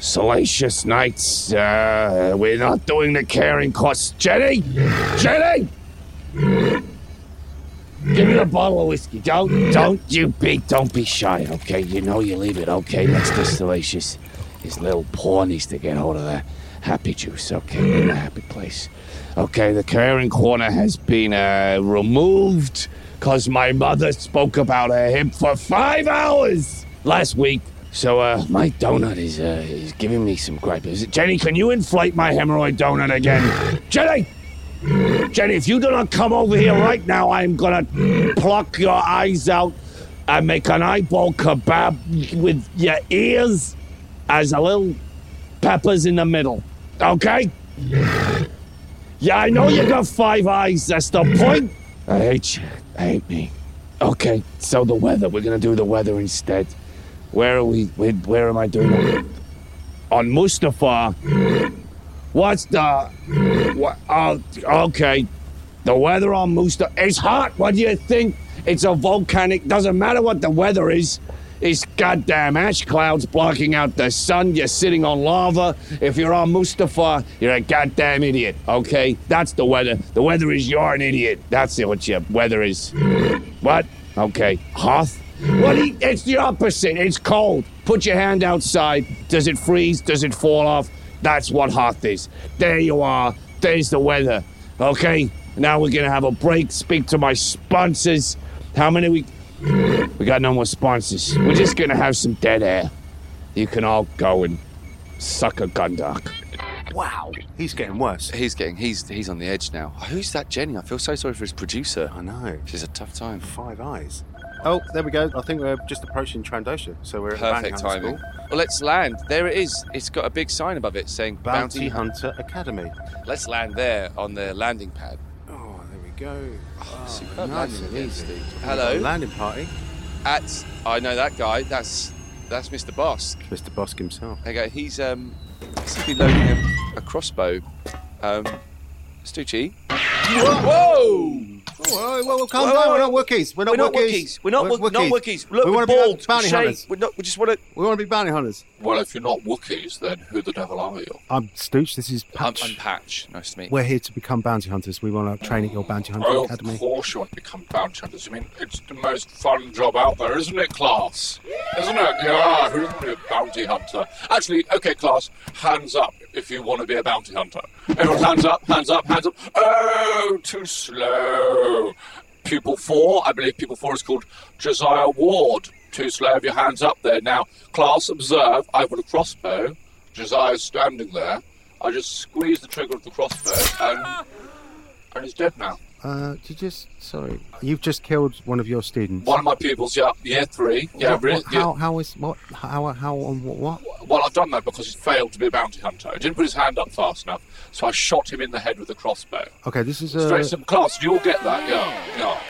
Salacious Nights. Uh, we're not doing the caring cost. Jenny! Jenny! Give me a bottle of whiskey. Don't, don't you be, don't be shy, okay? You know you leave it, okay? Next to Salacious, his little paw needs to get hold of that happy juice, okay? We're in a happy place. Okay, the caring corner has been uh, removed because my mother spoke about uh, him for five hours last week. So, uh, my donut is, uh, is giving me some gripe. Is it, Jenny, can you inflate my hemorrhoid donut again? Jenny! Jenny, if you do not come over here right now, I'm gonna pluck your eyes out and make an eyeball kebab with your ears as a little peppers in the middle. Okay? Yeah, I know you got five eyes. That's the point. I hate you. I hate me. Okay, so the weather. We're gonna do the weather instead. Where are we? Where, where am I doing it? On Mustafa. What's the? What? Oh, okay. The weather on Mustafa. It's hot. What do you think? It's a volcanic. Doesn't matter what the weather is. It's goddamn ash clouds blocking out the sun. You're sitting on lava. If you're on Mustafa, you're a goddamn idiot. Okay, that's the weather. The weather is you're an idiot. That's it. What your weather is? What? Okay, Hoth. What? do you- it's the opposite. It's cold. Put your hand outside. Does it freeze? Does it fall off? That's what Hoth is. There you are. There's the weather. Okay. Now we're gonna have a break. Speak to my sponsors. How many we? We got no more sponsors. We're just gonna have some dead air. You can all go and suck a gundark. Wow. He's getting worse. He's getting. He's he's on the edge now. Oh, Who's that Jenny? I feel so sorry for his producer. I know. She's a tough time. Five eyes. Oh, there we go. I think we're just approaching Trandosha, so we're Perfect at Bounty Hunter timing. School. Well, let's land. There it is. It's got a big sign above it saying Bounty. Bounty, Hunter Academy. Let's land there on the landing pad. Oh, there we go. Oh, Superb nice landing, it yes, is. dude. We've got Hello. a Landing party. At I know that guy. That's that's Mr. Bosk. Mr. Bosk himself. There you go. He's um he's been loading a, a crossbow. Um, Stucci. Whoa! Whoa, whoa, whoa, calm down. We're not Wookiees. We're not Wookiees. We're not We're Wookiees. We're not Wookiees. Wookiees. Look, we We are wanna be bald. bounty we're shaved. hunters. We're not, we just want to. We want to be bounty hunters. Well, if you're not Wookiees, then who the devil are you? I'm Stooge. This is Patch. I'm Patch. Nice to meet We're here to become bounty hunters. We want to train at your bounty hunter Oh, of academy. course you want to become bounty hunters. I mean, it's the most fun job out there, isn't it, class? Isn't it? Yeah, who doesn't want to be a bounty hunter? Actually, okay, class, hands up if you want to be a bounty hunter. Everyone, hands up, hands up, hands up. Oh, too slow. Pupil 4, I believe Pupil 4 is called Josiah Ward. Too slow, have your hands up there. Now, class, observe, I've got a crossbow. Josiah's standing there. I just squeeze the trigger of the crossbow and, and he's dead now. Uh, did you just sorry, you've just killed one of your students. One of my pupils, yeah, year three. Yeah, What- really, what- how, how is what? How how on what? what? yeah. Well, I've done that because he failed to be a bounty hunter. He didn't put his hand up fast enough, so I shot him in the head with a crossbow. Okay, this is Straight a some class. Do you all get that? Yeah, yeah.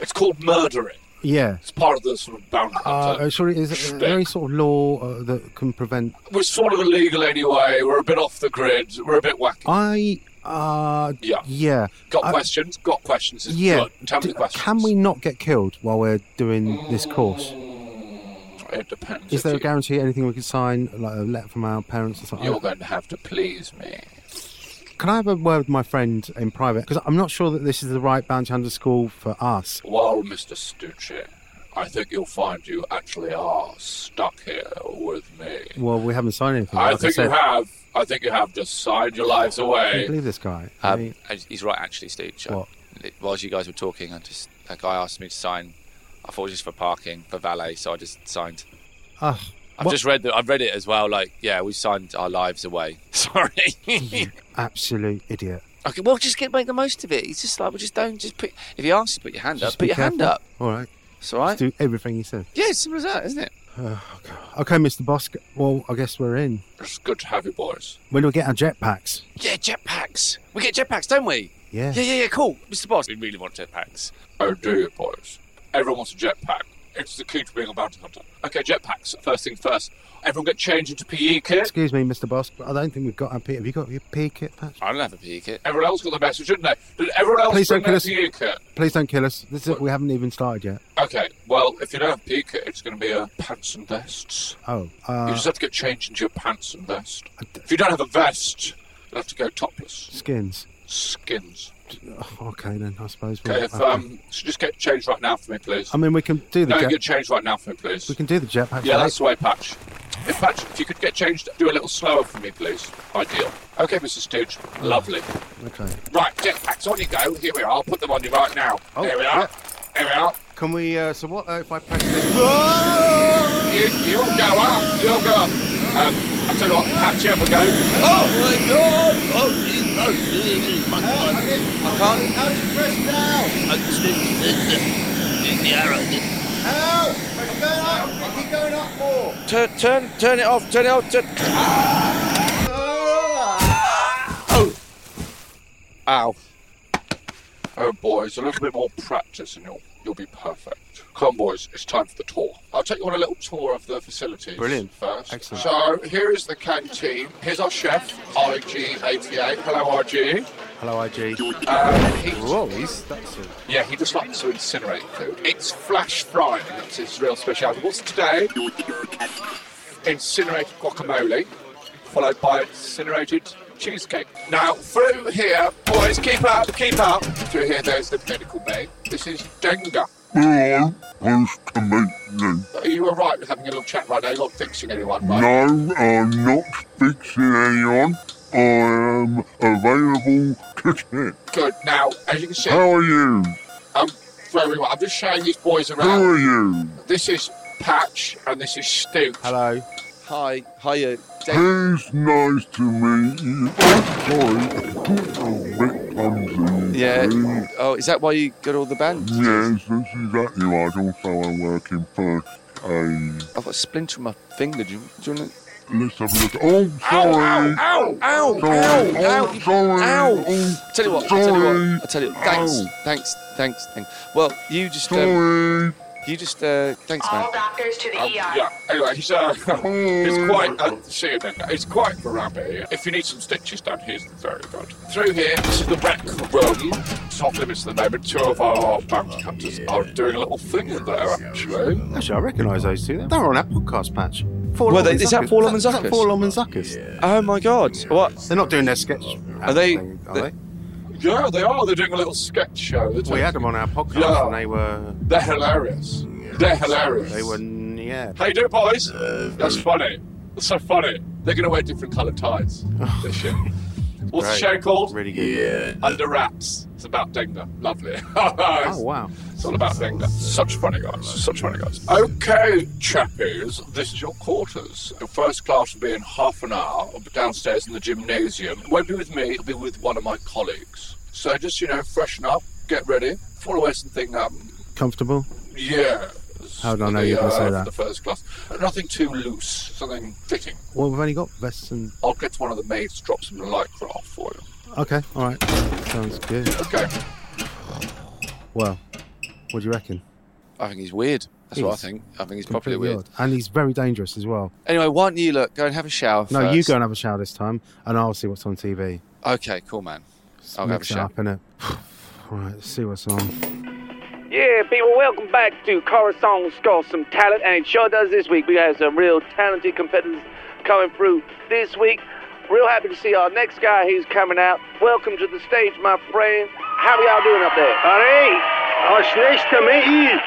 It's called murdering. yeah. It's part of the sort of bounty hunter. Uh, sorry, is there any sort of law uh, that can prevent? We're sort of illegal anyway. We're a bit off the grid. We're a bit wacky. I Uh, Yeah. yeah. Got I- questions? Got questions? Is yeah. Good. Tell me D- the questions. Can we not get killed while we're doing this course? It depends. Is there a guarantee? Anything we could sign, like a letter from our parents or something? You're going to have to please me. Can I have a word with my friend in private? Because I'm not sure that this is the right bounty hunter school for us. Well, Mr. Stucci, I think you'll find you actually are stuck here with me. Well, we haven't signed anything. I like think I you said. have. I think you have just signed your lives I can't away. believe this guy. Uh, Um, I- he's right, actually, Stooch. I- it- Whilst you guys were talking, I just a guy asked me to sign. I thought it was just for parking for valet, so I just signed. Ugh. I've just read that. I've read it as well. Like, yeah, we signed our lives away. Sorry. Absolute idiot. okay, well, just get make the most of it. It's just like, well, just don't just put. If you ask to put your hand Just up, put be your hand careful. up. All right. It's all right. Just do everything he says. Yeah, it's simple as that, isn't it? Uh, okay, Mr. Bosk. Well, I guess we're in. It's good to have you boys. When do we get our jetpacks? Yeah, jetpacks. We get jetpacks, don't we? Yeah. Yeah, yeah, yeah. Cool, Mr. Boss. We really want jetpacks. Oh, do you, boys? Everyone wants a jetpack. It's the key to being a bounty hunter. Okay, jetpacks. First thing first. Everyone get changed into E PE kit. Excuse me, Mr. Bosk, but I don't think we've got our P. Have you got your P kit, Pat? I don't have a PE kit. Everyone else got the message, didn't they? Did everyone else Please bring don't kill E us. their PE kit? Please don't kill us. This is, we haven't even started yet. Okay, well, if you don't have E PE kit, it's going to be a pants and vests. Oh, you uh, just have to get changed into your pants and vest. If you don't have a vest, you'll have to go topless. skins. Oh, Skins. Okay, then I suppose. uh, Okay, if, um, so just get changed right now for me, please. I mean, we can do the no, jet. get changed right now for me, please. We can do the jetpacks. Yeah, right? that's the way, Patch. If Patch, if you could get changed, do a little slower for me, please. Ideal. Okay, Mr. Stooge. Lovely. Okay. Right, jetpacks, on you go. Here we are. I'll put them on you right now. Oh, Here we are. Here we are. Can we? Uh, so what uh, if I press this? You, you'll go up. You'll go up. Um, I tell you what, Patch, here we go. Oh, my God. Oh, my God. I can't. How do you press now? The arrow. How? Press going up. I keep going up more. Turn, turn, turn it off. Turn it off. Turn. Ow. Oh, boys, a little bit more practice and you'll, you'll be perfect. Come, on, boys, it's time for the tour. I'll take you on a little tour of the facilities Brilliant. first. Excellent. So, here is the canteen. Here's our chef, RG88. Hello, RG. Hello, IG. Uh, he- Whoa, he's that's a Yeah, he just likes to incinerate food. It's flash frying, that's his real speciality. What's today? Incinerated guacamole, followed by incinerated cheesecake. Now, through here, boys, keep up, keep up. Through here, there's the medical bay. This is Denga. Hello, who's to meet me? You were right with having a little chat right now. You're not fixing anyone, right? No, I'm not fixing anyone. I am available to chat. Good. Now, as you can see, How are you? I'm very well. I'm just showing these boys Who around. are you? This is Patch, and this is Stu. Hello. Hi, hiya. It's nice to meet you. Oh, sorry, I Rick comes in. Yeah. Oh, is that why you got all the bands? Yes, that's exactly right. Also, I work in first aid. I've got a splinter in my finger. Do you, do you want to... Let's have a look. Oh, sorry. Ow, ow, Sorry. ow, Oh, ow, sorry. ow. Oh, Tell you what, I tell you sorry. what, I tell you what. Thanks, Ow. thanks, thanks, thanks. Well, you just, um, you just, uh, thanks, man. doctors to the Um, yeah. Anyway, he's uh, he's quite uh, see you then. He's quite grabby. If you need some stitches down here, it's very good. Through here, this is the rec room. It's off limits at the moment. Two of our bounty hunters are doing a little thing in there, actually. Actually, I recognise those two. They're on our podcast patch. Four Um, Were Lom they- and is that Zuckers. Four Lom and Is that Zuckers? Four Lom and Zuckers. Oh my God! What? They're not doing their sketch. Are they? thing, Are they? Yeah, they are. They're doing a little sketch show. They're We doing- had them on our podcast, Yeah. and they were. They're hilarious. They're hilarious. They were, n- yeah. How you doing, boys? That's funny. That's so funny. They're gonna wear different coloured ties this year. What's Great. the show called? Really good. Under Wraps. It's about Denga. Lovely. Oh wow. It's all about Denga. Such funny guys. Such funny guys. Okay, chappies, this is your quarters. Your first class will be in half an hour I'll be downstairs in the gymnasium. It won't be with me, it'll be with one of my colleagues. So just, you know, freshen up, get ready, follow us and think, um, Comfortable? yeah. How do I know you're going to say that? The first class. Nothing too loose, something fitting. Well, we've only got vests and. I'll get one of the maids to drop some lycra off for you. Okay, all right. Sounds good. Okay. Well, what do you reckon? I think he's weird. That's what I He's think. I think he's probably Completely weird. odd. And he's very dangerous as well. Anyway, why don't you look? Go and have a shower. No, first. you go and have a shower this time, and I'll see what's on TV. Okay, cool, man. I'll go have a Mix it shower. up, innit? Right, let's see what's on. Yeah, people, welcome back to Corazon Skull, some talent, and it sure does this week. We have some real talented competitors coming through this week. Real happy to see our next guy who's coming out. Welcome to the stage, my friend. How are y'all doing up there? All right. Oh, it's nice to meet you.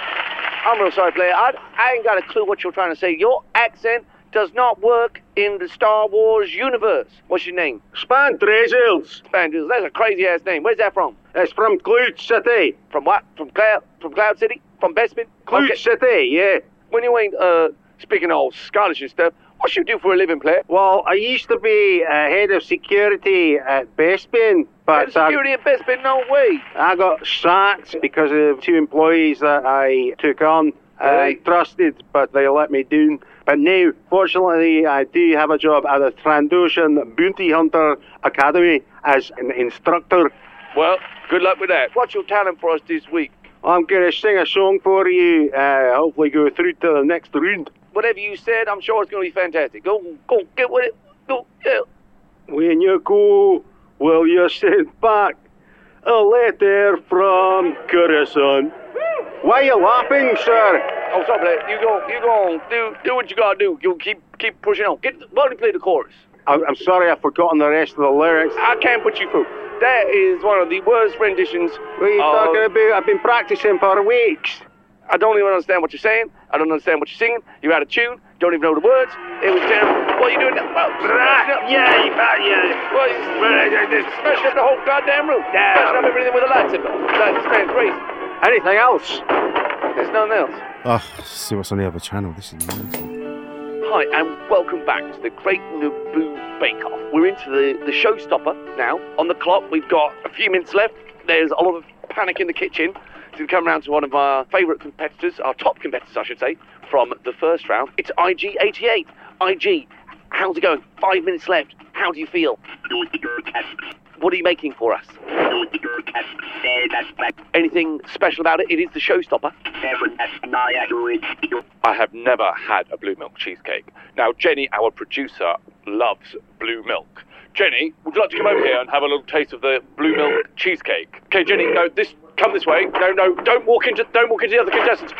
I'm real sorry, player. I, I ain't got a clue what you're trying to say. Your accent does not work in the Star Wars universe. What's your name? Spandrezels. Spandrezels. That's a crazy ass name. Where's that from? That's from Cloud City. From what? From Cloud? From Cloud City? From Bestman? Cloud City. Yeah. When you ain't uh speaking all Scottish and stuff, what you do for a living, player? Well, I used to be uh, head of security at Bespin, but uh, Head of security at Bespin, no way. I got sacked because of two employees that I took on. I Right. trusted, but they let me down. But now, fortunately, I do have a job at the Trandoshan Bounty Hunter Academy as an instructor. Well, good luck with that. What's your talent for us this week? I'm going to sing a song for you, uh, hopefully go through to the next round. Whatever you said, I'm sure it's gonna be fantastic. Go, go, get with it. Go, yeah. When you go, will you send back a letter from Curacao? Why are you laughing, sir? Oh, sorry, Black. You go, you go on. Do, do what you gotta do. You keep, keep pushing on. Get, buddy, play the chorus. I'm, I'm sorry, I've forgotten the rest of the lyrics. I can't put you through. That is one of the worst renditions. What are you of- talking about? I've been practicing for weeks. I don't even understand what you're saying. I don't understand what you're singing. You're out of tune. Don't even know the words. It was terrible. What are you doing now? Well, yeah, you bet, yeah. Well, it's- it's smashing up the whole goddamn room. Smashing up everything with a lightsaber. That's man crazy. Anything else? There's nothing else. Oh, let's see what's on the other channel. This is mental. Hi, and welcome back to the Great Naboo Bake Off. We're into the, the showstopper now. On the clock, we've got a few minutes left. There's a lot of panic in the kitchen. To come round to one of our favourite competitors, our top competitors, I should say, from the first round. It's IG88. IG, how's it going? Five minutes left. How do you feel? What are you making for us? Anything special about it? It is the showstopper. I have never had a blue milk cheesecake. Now, Jenny, our producer, loves blue milk. Jenny, would you like to come over here and have a little taste of the blue milk cheesecake? Okay, Jenny, no, this come this way. No, no, don't walk into don't walk into the other contestants.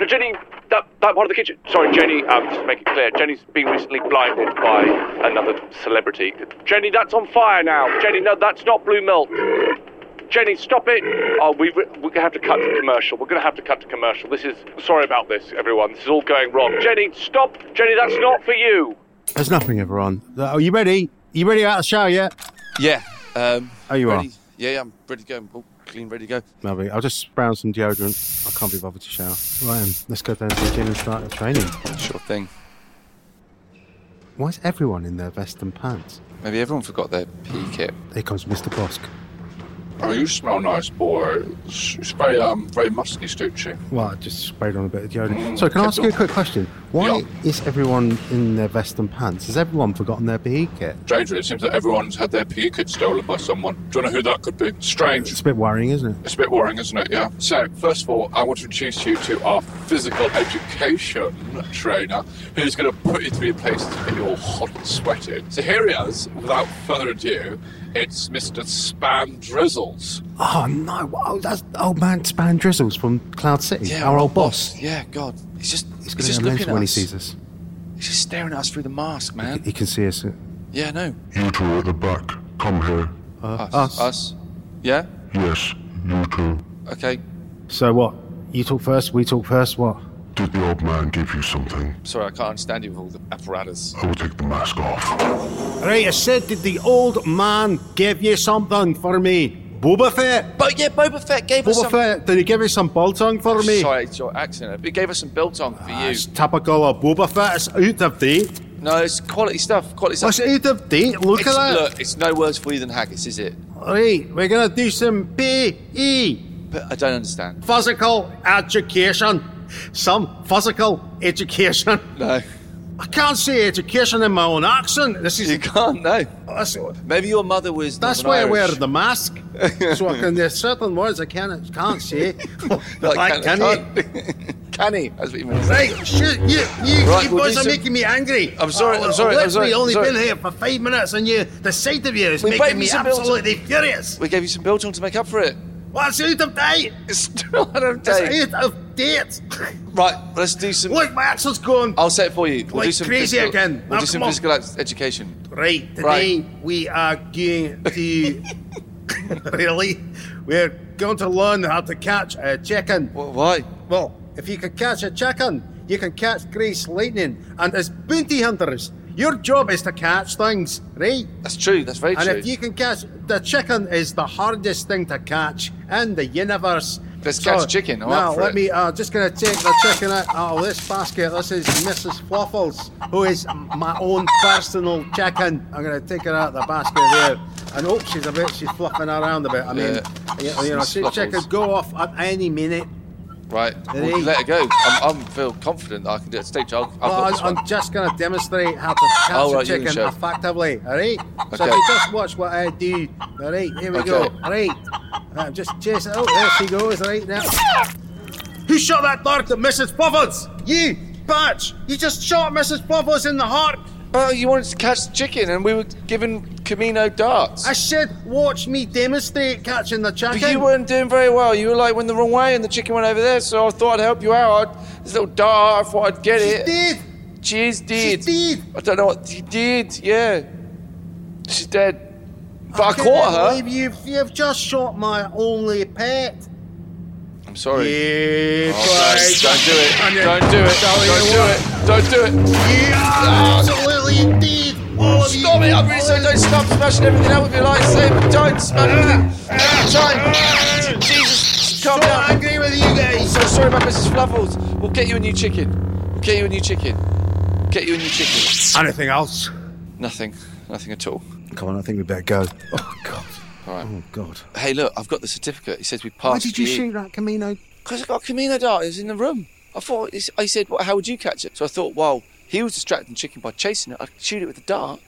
No, Jenny, that that part of the kitchen. Sorry, Jenny, um, just to make it clear, Jenny's been recently blinded by another celebrity. Jenny, that's on fire now. Jenny, no, that's not blue milk. Jenny, stop it. Oh, we, we- we're going to have to cut to commercial. We're going to have to cut to commercial. This is. Sorry about this, everyone. This is all going wrong. Jenny, stop. Jenny, that's not for you. There's nothing ever on. Are you ready? You ready out of the shower yet? Yeah. Um, Oh, you ready? are. Yeah, yeah, I'm ready to go. All clean, ready to go. Lovely. I'll just brown some deodorant. I can't be bothered to shower. Right, um, let's go down to the gym and start the training. Sure thing. Why is everyone in their vest and pants? Maybe everyone forgot their pee kit. Here comes Mr. Bosk. Oh, you smell nice, boy. It's, it's very, um, very musky, Stoochie. Well, I just sprayed on a bit of Mm, deodorant. So, can I okay, ask you a cool. quick question? Why is everyone in their vest and pants? Has everyone forgotten their PE kit? Stranger, it seems that everyone's had their pee kit stolen by someone. Do you know who that could be? Strange. It's a bit worrying, isn't it? It's a bit worrying, isn't it? Yeah. So, first of all, I want to introduce you to our physical education trainer, who's going to put you through places to get you all hot and sweaty. So here he is. Without further ado, it's Mr. Spam Drizzles. Oh no! Oh, that's old man Span Drizzles from Cloud City, our old boss. Yeah, God. He's just, he's He's just gonna get looking at when us. he sees us. He's just staring at us through the mask, man. He can see us. uh, Yeah, no. You two at the back, come here. Uh, Us. Us. Yeah? Yes, you two. Okay. So what? You talk first. We talk first. What? Did the old man give you something? Sorry, I can't understand you with all the apparatus. I will take the mask off. Right, I said, did the old man give you something for me? Boba Fett? But yeah, Boba Fett gave us Boba some. Fett, did he give you some biltong for me? Ah, Sorry, it's your accent. It gave us some biltong for you. It's typical of Boba Fett, it's out of date. No, it's quality stuff. Quality stuff. It's out of date, look It's- at that. Look, it's no worse for you than haggis, is it? Right, we're gonna do some PE, But I don't understand. physical education. Some physical education. No. I can't say education in my own accent. This is you can't. No. Maybe your mother was. That's Northern why I wear Irish. the mask. so I can, there's certain words I can't, can't say. Like Like, can't- can uncanny. That's what he meant. Right, shoot, you, you, Right, you we'll boys do are some- making me angry. I'm sorry, I- I'm sorry, I'm I've sorry, literally only I'm sorry. been here for five minutes and you, the sight of you is We paid making me some bills. absolutely furious. We gave you some biltong to make up for it. What's out of date? It's still out of date. date. It's out of date. Right, let's do some. Look, my axle's gone. I'll set it for you. We'll Like do some crazy physical, again. We'll Now, do some come on. physical ed- education. Right, today Right. we are going to. really? We're going to learn how to catch a chicken. why? Well, if you can catch a chicken, you can catch Grace Lightning. And as bounty hunters, your job is to catch things, right? That's true, that's very and true. And if you can catch. The chicken is the hardest thing to catch in the universe. Let's catch chicken, I'm now, up for let it. me. Uh, just going to take the chicken out of this basket. This is Mrs. Fluffles, who is m- my own personal chicken. I'm going to take her out of the basket there. And oh, she's a bit. She's fluffing around a bit. I mean, Yeah. you, you know, Mrs. she, she could Fluffles. go off at any minute. Right, There we'll you- let it go. I'm, I'm feel confident that I can do it. Stage, I'll, I've Well, got I'm, this one. I'm just going to demonstrate how to catch Oh, a right, you chicken can show. effectively. All right. So Okay. if you just watch what I do. All right. Here we go. Okay. All right. I'm just chasing. Oh, there she goes. All right now. Who shot that dart at Mrs. Buffles? You, Batch. You just shot Mrs. Buffles in the heart. Oh, you wanted to catch the chicken, and we were giving Camino darts. I said, watch me demonstrate catching the chicken. But you weren't doing very well. You were like went the wrong way, and the chicken went over there. So I thought I'd help you out. I'd, this little dart, I thought I'd get She it. did. She is dead. She did. I don't know what she did. Yeah, she's dead. But I, cannot caught her. believe You've, you've just shot my only pet. I'm sorry. Yeah, oh, don't, don't do it. Don't do it. Tell you Don't do what. it. Don't do it. Oh, Yeah, absolutely indeed. All of Stop it! I'm really sorry. Don't stop smashing everything out with your lightsaber. Don't smash everything. Don't. Jesus, calm down. I'm angry with you guys. So sorry about Mrs. Fluffles. We'll get you a new chicken. We'll get you a new chicken. We'll get you a new chicken. Anything else? Nothing. Nothing at all. Come on, I think we better go. Oh, God. All right. Oh, God. Hey, look, I've got the certificate. It says we passed. Why did you the- shoot that Camino? Because I got Camino dart. It was in the room. I thought, it's- I said, well, how would you catch it? So I thought, well, he was distracting the chicken by chasing it. I could shoot it with a dart.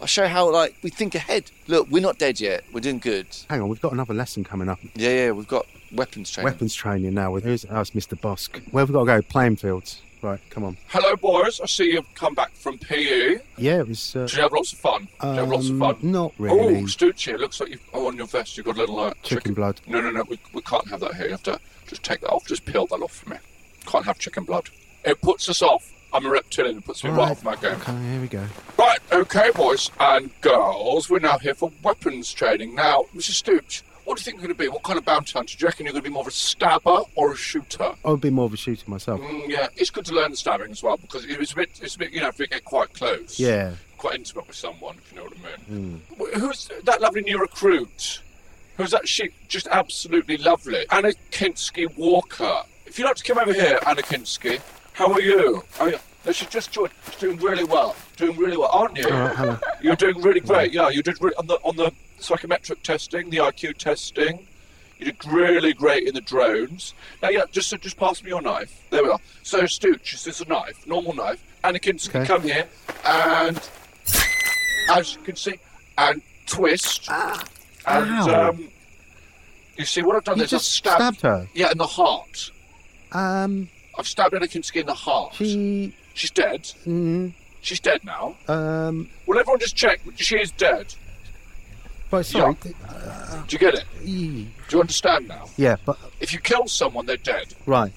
I'll show how, like, we think ahead. Look, we're not dead yet. We're doing good. Hang on, we've got another lesson coming up. Yeah, yeah, we've got weapons training. Weapons training now with who's oh, it's Mr. Bosk. Where have we got to go? Playing fields. Right, come on. Hello, boys. I see you've come back from PE. Yeah, it was. Uh, Did you have lots of fun? Did you have lots of um, fun? Not really. Oh, Stucci, it looks like you've oh, on your vest you've got a little uh, Chicken blood. No, no, no. We, we can't have that here. You have to just take that off. Just peel that off for me. Can't have chicken blood. It puts us off. I'm a reptilian. It puts me right, Alright, off my game. Okay, here we go. Right, okay, boys and girls. We're now here for weapons training. Now, Mr. Stooch, what do you think you're going to be? What kind of bounty hunter? Do you reckon you're going to be more of a stabber or a shooter? I would be more of a shooter myself. Mm, yeah, it's good to learn the stabbing as well because it's a bit, it's a bit, you know, if you get quite close, Yeah. quite intimate with someone, if you know what I mean. Mm. Wh- Who's that lovely new recruit? Who's that sheep? Just absolutely lovely, Anna Kinsky Walker. If you'd like to come over here, Anna Kinsky, how are you? Oh, yeah. No, she's just joined. She's doing really well. Doing really well, aren't you? All right, hello. You're doing really great. Yeah, you did really, on the on the psychometric testing, the IQ testing. You did really great in the drones. Now, yeah, just so just pass me your knife. There we are. So, Stooch, this is a knife, normal knife. Anakin's Okay. can come here and, as you can see, and twist. and Ow. um, you see what I've done You is I've just stabbed, stabbed her? Yeah, in the heart. Um, I've stabbed Anakinski in the heart. she. She's dead. Mm, She's dead now. um, Well, everyone just check. She is dead. but sorry. Do you get it? Yeah, Do you understand now? yeah but. If you kill someone, they're dead. Right.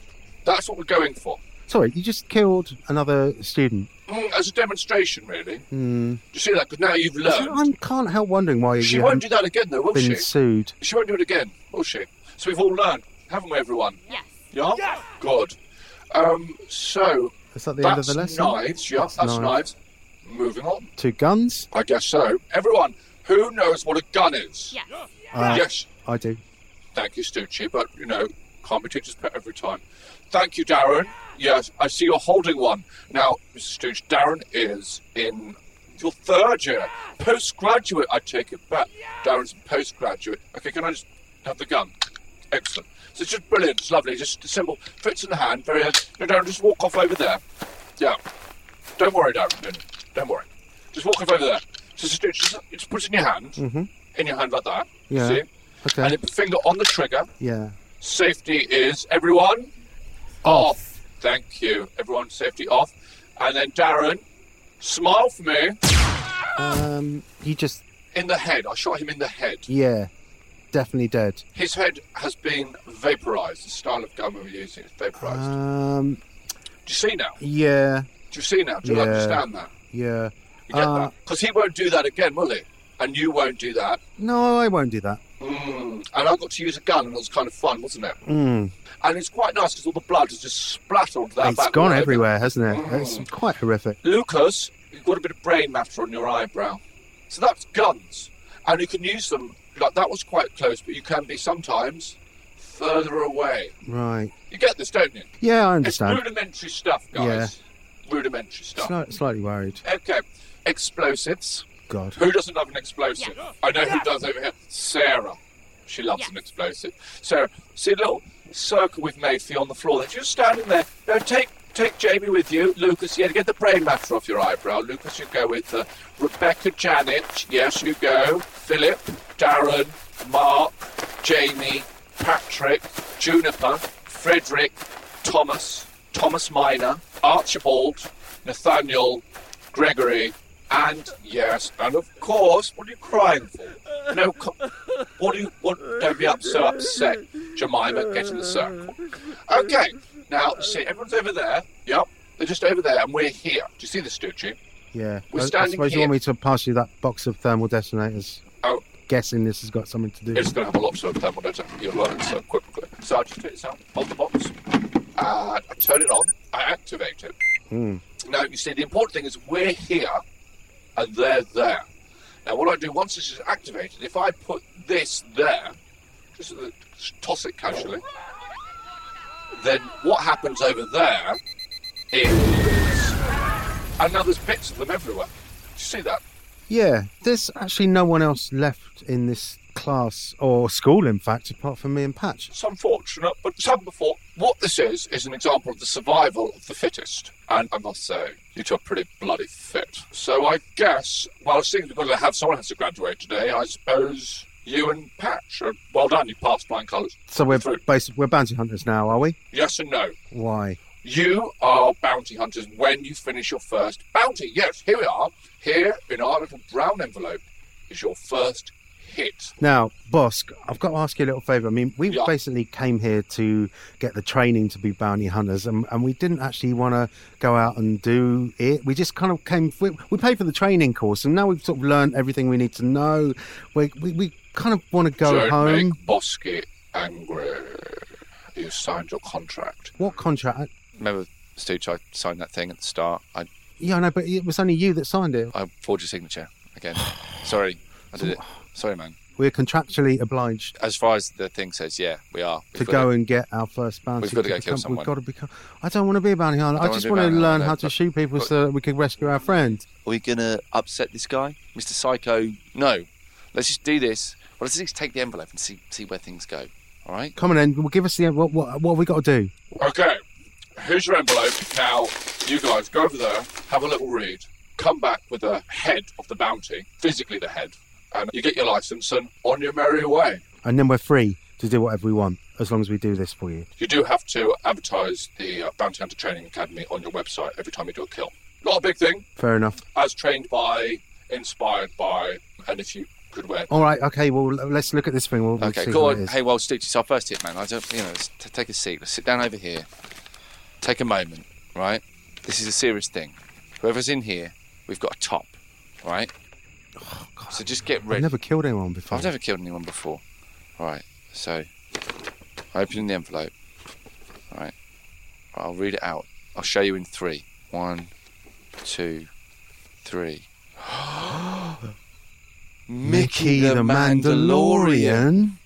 That's what we're going for. Sorry, you just killed another student. Mm, as a demonstration, really. Hmm. Do you see that? Because now you've learned. I can't help wondering why She you won't haven't do that again, though, will been she? sued. She won't do it again, will she? So we've all learned, haven't we, everyone? Yes. Yeah? Yes. Good. Um, so. Is that the end of that's the lesson? Knives, yeah, That's that's, knives. knives. Moving on. Two guns. I guess so. Everyone, who knows what a gun is? Yes. Uh, Yes. I do. Thank you, Stucci, but you know, can't be teacher's pet every time. Thank you, Darren. Yes, I see you're holding one. Now, Mr. Stucci, Darren is in your third year. Postgraduate, I take it back. Darren's postgraduate. Okay, can I just have the gun? Excellent. So it's just brilliant, it's lovely, just simple. Fits in the hand, very no, Darren, just walk off over there. Yeah. Don't worry, Darren. Don't, don't worry. Just walk off over there. So Stucci, just, just put it in your hand. Mm-hmm. In your hand like that. Yeah. See? Okay. And then put finger on the trigger. Yeah. Safety is everyone off. Thank you. Everyone, safety off. And then Darren, smile for me. Um, he just, In the head. I shot him in the head. yeah, definitely dead. His head has been vaporized. The style of gun we were using is vaporized. Um, Do you see now? yeah, Do you see now? Do you Yeah. understand that? yeah. You get Uh, that? Because he won't do that again, will he? And you won't do that. no, I won't do that. Mm. And I got to use a gun, and it was kind of fun, wasn't it? Mm. And it's quite nice because all the blood has just splattered onto that It's back gone leg. everywhere, hasn't it? It's quite horrific. Lucas, you've got a bit of brain matter on your eyebrow. So that's guns. And you can use them. Like, that was quite close, but you can be sometimes further away. Right. You get this, don't you? Yeah, I understand. It's rudimentary stuff, guys. Rudimentary stuff. Slight, slightly worried. Okay. Explosives. God. Who doesn't love an explosive? I know who does over here. Sarah. She loves an explosive. Sarah, see the little circle we've made for you on the floor. There, just stand in there. Now take take Jamie with you. Lucas, yeah, get the brain matter off your eyebrow. Lucas, you go with uh, Rebecca, Janet. Yes, you go. Philip, Darren, Mark, Jamie, Patrick, Juniper, Frederick, Thomas, Thomas Minor, Archibald, Nathaniel, Gregory, and yes, and of course, what are you crying for? No, co- what do you? What? Don't be up so upset, Jemima. Get in the circle. Okay, now see, everyone's over there. Yep, they're just over there, and we're here. Do you see this, Stucci? Yeah. We're I- I, standing suppose you here. want me to pass you that box of thermal detonators. Oh. Guessing this has got something to do. It's going to have a lot of thermal detonation. You'll learn it so quickly. uh, So I just take this out, hold the box, and I turn it on. I activate it. Hmm. Now, you see, the important thing is we're here and they're there. Now, what I do once this is activated, if I put this there, just, uh, just toss it casually, then what happens over there is. And now there's bits of them everywhere. Do you see that? Yeah. There's actually no one else left in this class or school, in fact, apart from me and Patch. It's unfortunate, but it's happened before. What this is, is an example of the survival of the fittest. And I must say, you two are pretty bloody fit. So I guess, well, seeing as we've got to have someone has to graduate today, I suppose you and Patch are well done. You passed flying colours. So we're basi- we're bounty hunters now, are we? Yes and no. Why? You are bounty hunters when you finish your first bounty. Yes, here we are. Here in our little brown envelope is your first hit. Now, Bosk, I've got to ask you a little favour. I mean, we basically came here to get the training to be bounty hunters, and, and we didn't actually want to go out and do it. We just kind of came. We, we paid for the training course, and now we've sort of learned everything we need to know. We we, we kind of want to go Don't home. make Bosky angry. You signed your contract. What contract? Uh, Remember, Stooge, I signed that thing at the start. I, Yeah, I know, but it was only you that signed it. I forged your signature again. Sorry, I did it. Sorry, man. We're contractually obliged As far as the thing says, yeah, we are. We've to got go and get our first bounty. We've got to go kill become- someone. We've got to become. I don't want to be a bounty hunter. I I don't just wanna want be a to bounty learn hunter, how to but- shoot people so that we can rescue our friend. Are we going to upset this guy, Mr. Psycho? No. Let's just do this. Well, let's just take the envelope and see see where things go. All right? Come on, then. Well, give us the what. What, what have we got to do? Okay, here's your envelope. Now, you guys go over there, have a little read, come back with the head of the bounty, physically the head, and you get your license and on your merry way. And then we're free to do whatever we want as long as we do this for you. You do have to advertise the uh, Bounty Hunter Training Academy on your website every time you do a kill. Not a big thing, Fair enough. as trained by, inspired by, and if you could wear. All right. Okay. Well, l- let's look at this thing. We'll, we'll Okay, see go what on. it is. Hey, well, Stooge, it's our first hit, man. I don't, you know, let's t- take a seat. Let's sit down over here. Take a moment, right? This is a serious thing. Whoever's in here, we've got a top, right? so just get Oh, I've ready. never killed anyone before. I've never killed anyone before. All right, so I open the envelope. All right, I'll read it out. I'll show you in three. One, two, three. Mickey the Mandalorian.